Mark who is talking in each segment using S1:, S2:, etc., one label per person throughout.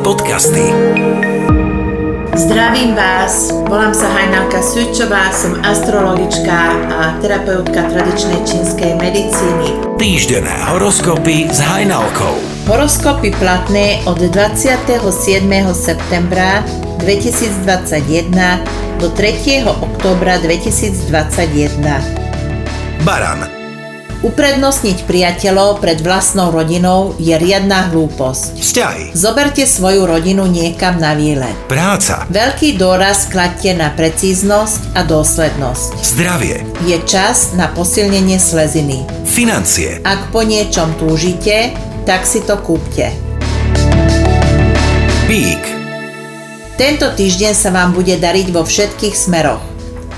S1: podcasty.
S2: Zdravím vás, volám sa Hajnalka Sučová, som astrologička a terapeutka tradičnej čínskej medicíny.
S1: Týždené horoskopy s Hajnalkou.
S2: Horoskopy platné od 27. septembra 2021 do 3. oktobra 2021.
S1: Baran,
S2: Uprednostniť priateľov pred vlastnou rodinou je riadna hlúposť.
S1: vzťahy,
S2: Zoberte svoju rodinu niekam na výlet.
S1: práca,
S2: Veľký dôraz kladte na precíznosť a dôslednosť.
S1: zdravie,
S2: Je čas na posilnenie sleziny.
S1: financie,
S2: Ak po niečom túžite, tak si to kúpte.
S1: bík,
S2: Tento týždeň sa vám bude dariť vo všetkých smeroch.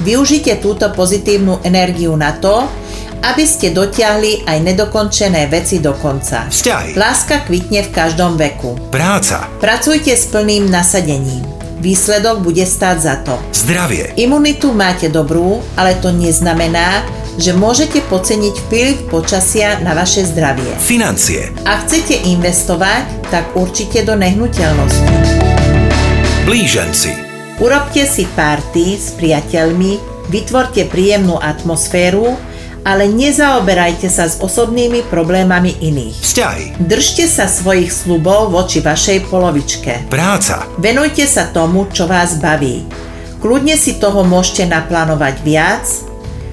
S2: Využite túto pozitívnu energiu na to, aby ste dotiahli aj nedokončené veci do konca.
S1: vzťahy,
S2: Láska kvitne v každom veku.
S1: práca,
S2: Pracujte s plným nasadením. Výsledok bude stáť za to.
S1: zdravie,
S2: Imunitu máte dobrú, ale to neznamená, že môžete poceniť vplyv počasia na vaše zdravie.
S1: financie,
S2: Ak chcete investovať, tak určite do nehnuteľnosti.
S1: blíženci,
S2: Urobte si párty s priateľmi, vytvorte príjemnú atmosféru, ale nezaoberajte sa s osobnými problémami iných.
S1: vzťahy,
S2: Držte sa svojich slubov voči vašej polovičke.
S1: práca,
S2: Venujte sa tomu, čo vás baví. Kľudne si toho môžete naplánovať viac,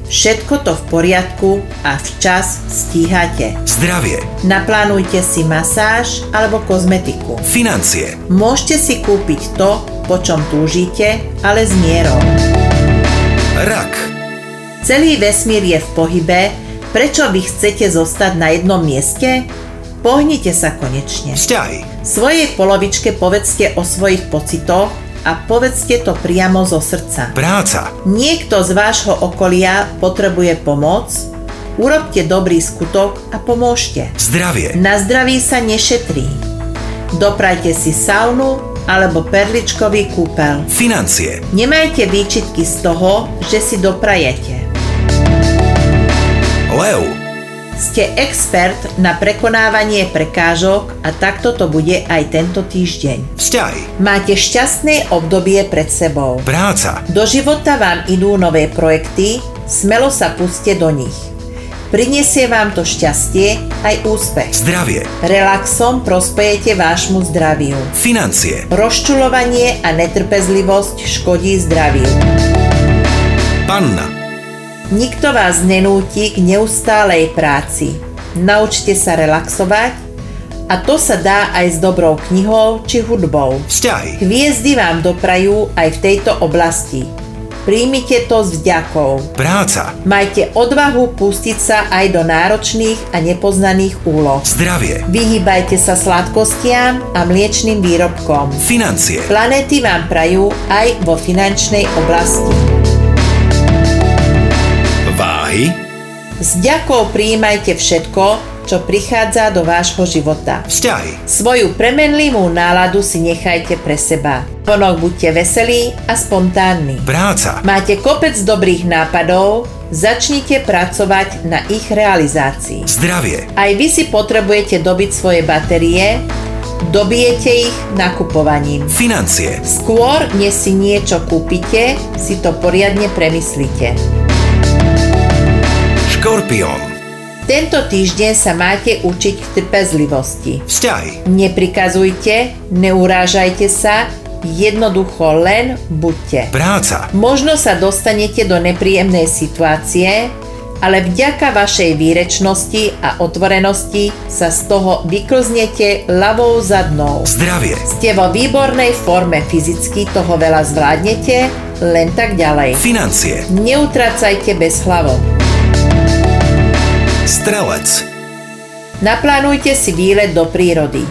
S2: všetko to v poriadku a včas stíhate.
S1: zdravie,
S2: Naplánujte si masáž alebo kozmetiku.
S1: financie,
S2: Môžete si kúpiť to, po čom túžite, ale s mierou.
S1: rak,
S2: Celý vesmír je v pohybe, prečo vy chcete zostať na jednom mieste? Pohnite sa konečne.
S1: vzťahy,
S2: Svojej polovičke povedzte o svojich pocitoch a povedzte to priamo zo srdca.
S1: práca,
S2: Niekto z vášho okolia potrebuje pomoc? Urobte dobrý skutok a pomôžte.
S1: zdravie,
S2: Na zdraví sa nešetrí. Doprajte si saunu alebo perličkový kúpel.
S1: financie,
S2: Nemajte výčitky z toho, že si doprajete.
S1: lev,
S2: Ste expert na prekonávanie prekážok a takto to bude aj tento týždeň.
S1: vzťahy,
S2: Máte šťastné obdobie pred sebou.
S1: práca,
S2: Do života vám idú nové projekty, smelo sa puste do nich. Prinesie vám to šťastie aj úspech.
S1: zdravie,
S2: Relaxom prospejete vášmu zdraviu.
S1: financie,
S2: Rozčulovanie a netrpezlivosť škodí zdraviu.
S1: panna,
S2: Nikto vás nenúti k neustálej práci. Naučte sa relaxovať a to sa dá aj s dobrou knihou či hudbou.
S1: vzťahy,
S2: Hviezdy vám doprajú aj v tejto oblasti. Príjmite to s vďakou.
S1: práca,
S2: Majte odvahu pustiť sa aj do náročných a nepoznaných úloh.
S1: zdravie,
S2: Vyhýbajte sa sladkostiam a mliečným výrobkom.
S1: financie,
S2: Planéty vám prajú aj vo finančnej oblasti.
S1: váhy,
S2: S ďakou prijímajte všetko, čo prichádza do vášho života.
S1: vzťahy,
S2: Svoju premenlivú náladu si nechajte pre seba. Ponok buďte veselí a spontánni.
S1: práca,
S2: Máte kopec dobrých nápadov, začnite pracovať na ich realizácii.
S1: zdravie,
S2: Aj vy si potrebujete dobiť svoje batérie, dobijete ich nakupovaním.
S1: financie,
S2: Skôr, než si niečo kúpite, si to poriadne premyslite.
S1: škorpión,
S2: Tento týždeň sa máte učiť k trpezlivosti.
S1: vzťahy,
S2: Neprikazujte, neurážajte sa, jednoducho len buďte.
S1: práca,
S2: Možno sa dostanete do nepríjemnej situácie, ale vďaka vašej výrečnosti a otvorenosti sa z toho vyklznete ľavou zadnou.
S1: zdravie,
S2: Ste vo výbornej forme fyzicky, toho veľa zvládnete, len tak ďalej.
S1: financie,
S2: Neutracajte bez hlavou.
S1: strelec,
S2: Naplánujte si výlet do prírody.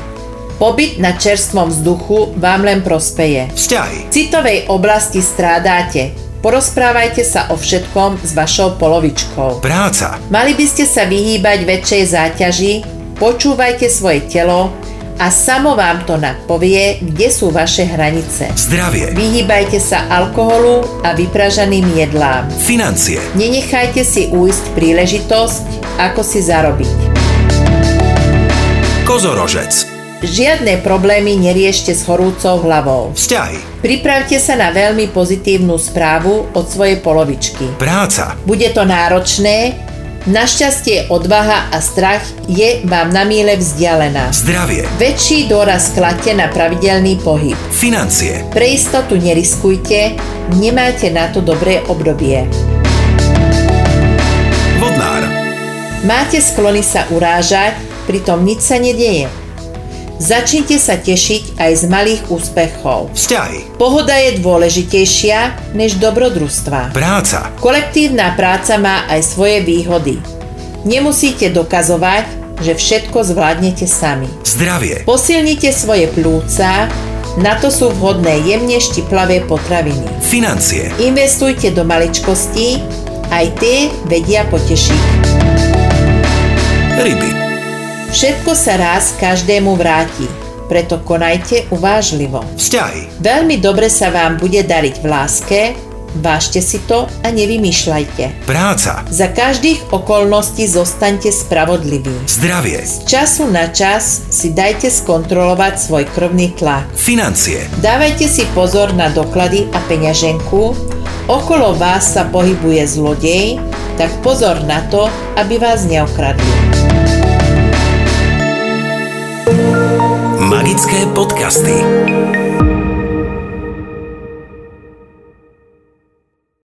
S2: Pobyt na čerstvom vzduchu vám len prospeje.
S1: vzťahy,
S2: V citovej oblasti strádate. Porozprávajte sa o všetkom s vašou polovičkou.
S1: práca,
S2: Mali by ste sa vyhýbať väčšej záťaži, počúvajte svoje telo a samo vám to napovie, kde sú vaše hranice.
S1: zdravie,
S2: Vyhýbajte sa alkoholu a vypražaným jedlám.
S1: financie,
S2: Nenechajte si újsť príležitosť, ako si zarobiť.
S1: kozorožec,
S2: Žiadne problémy neriešte s horúcou hlavou.
S1: Vzťahy.
S2: Pripravte sa na veľmi pozitívnu správu od svojej polovičky.
S1: Práca.
S2: Bude to náročné, našťastie odvaha a strach je vám na míle vzdialená.
S1: Zdravie.
S2: Väčší dôraz kladte na pravidelný pohyb.
S1: Financie.
S2: Pre istotu neriskujte, nemáte na to dobré obdobie.
S1: Vodnár.
S2: Máte sklony sa urážať, pritom nič sa nedieje. Začnite sa tešiť aj z malých úspechov.
S1: Vzťahy.
S2: Pohoda je dôležitejšia než dobrodružstva.
S1: Práca.
S2: Kolektívna práca má aj svoje výhody. Nemusíte dokazovať, že všetko zvládnete sami.
S1: Zdravie.
S2: Posilnite svoje plúca, na to sú vhodné jemne štiplavé potraviny.
S1: Financie.
S2: Investujte do maličkostí, aj tie vedia potešiť.
S1: Ryby.
S2: Všetko sa raz každému vráti, preto konajte uvážlivo.
S1: Vzťahy.
S2: Veľmi dobre sa vám bude dariť v láske, vážte si to a nevymýšľajte.
S1: Práca.
S2: Za každých okolností zostaňte spravodliví.
S1: Zdravie.
S2: Z času na čas si dajte skontrolovať svoj krvný tlak.
S1: Financie.
S2: Dávajte si pozor na doklady a peňaženku. Okolo vás sa pohybuje zlodej, tak pozor na to, aby vás neokradli.
S1: Magické podcasty.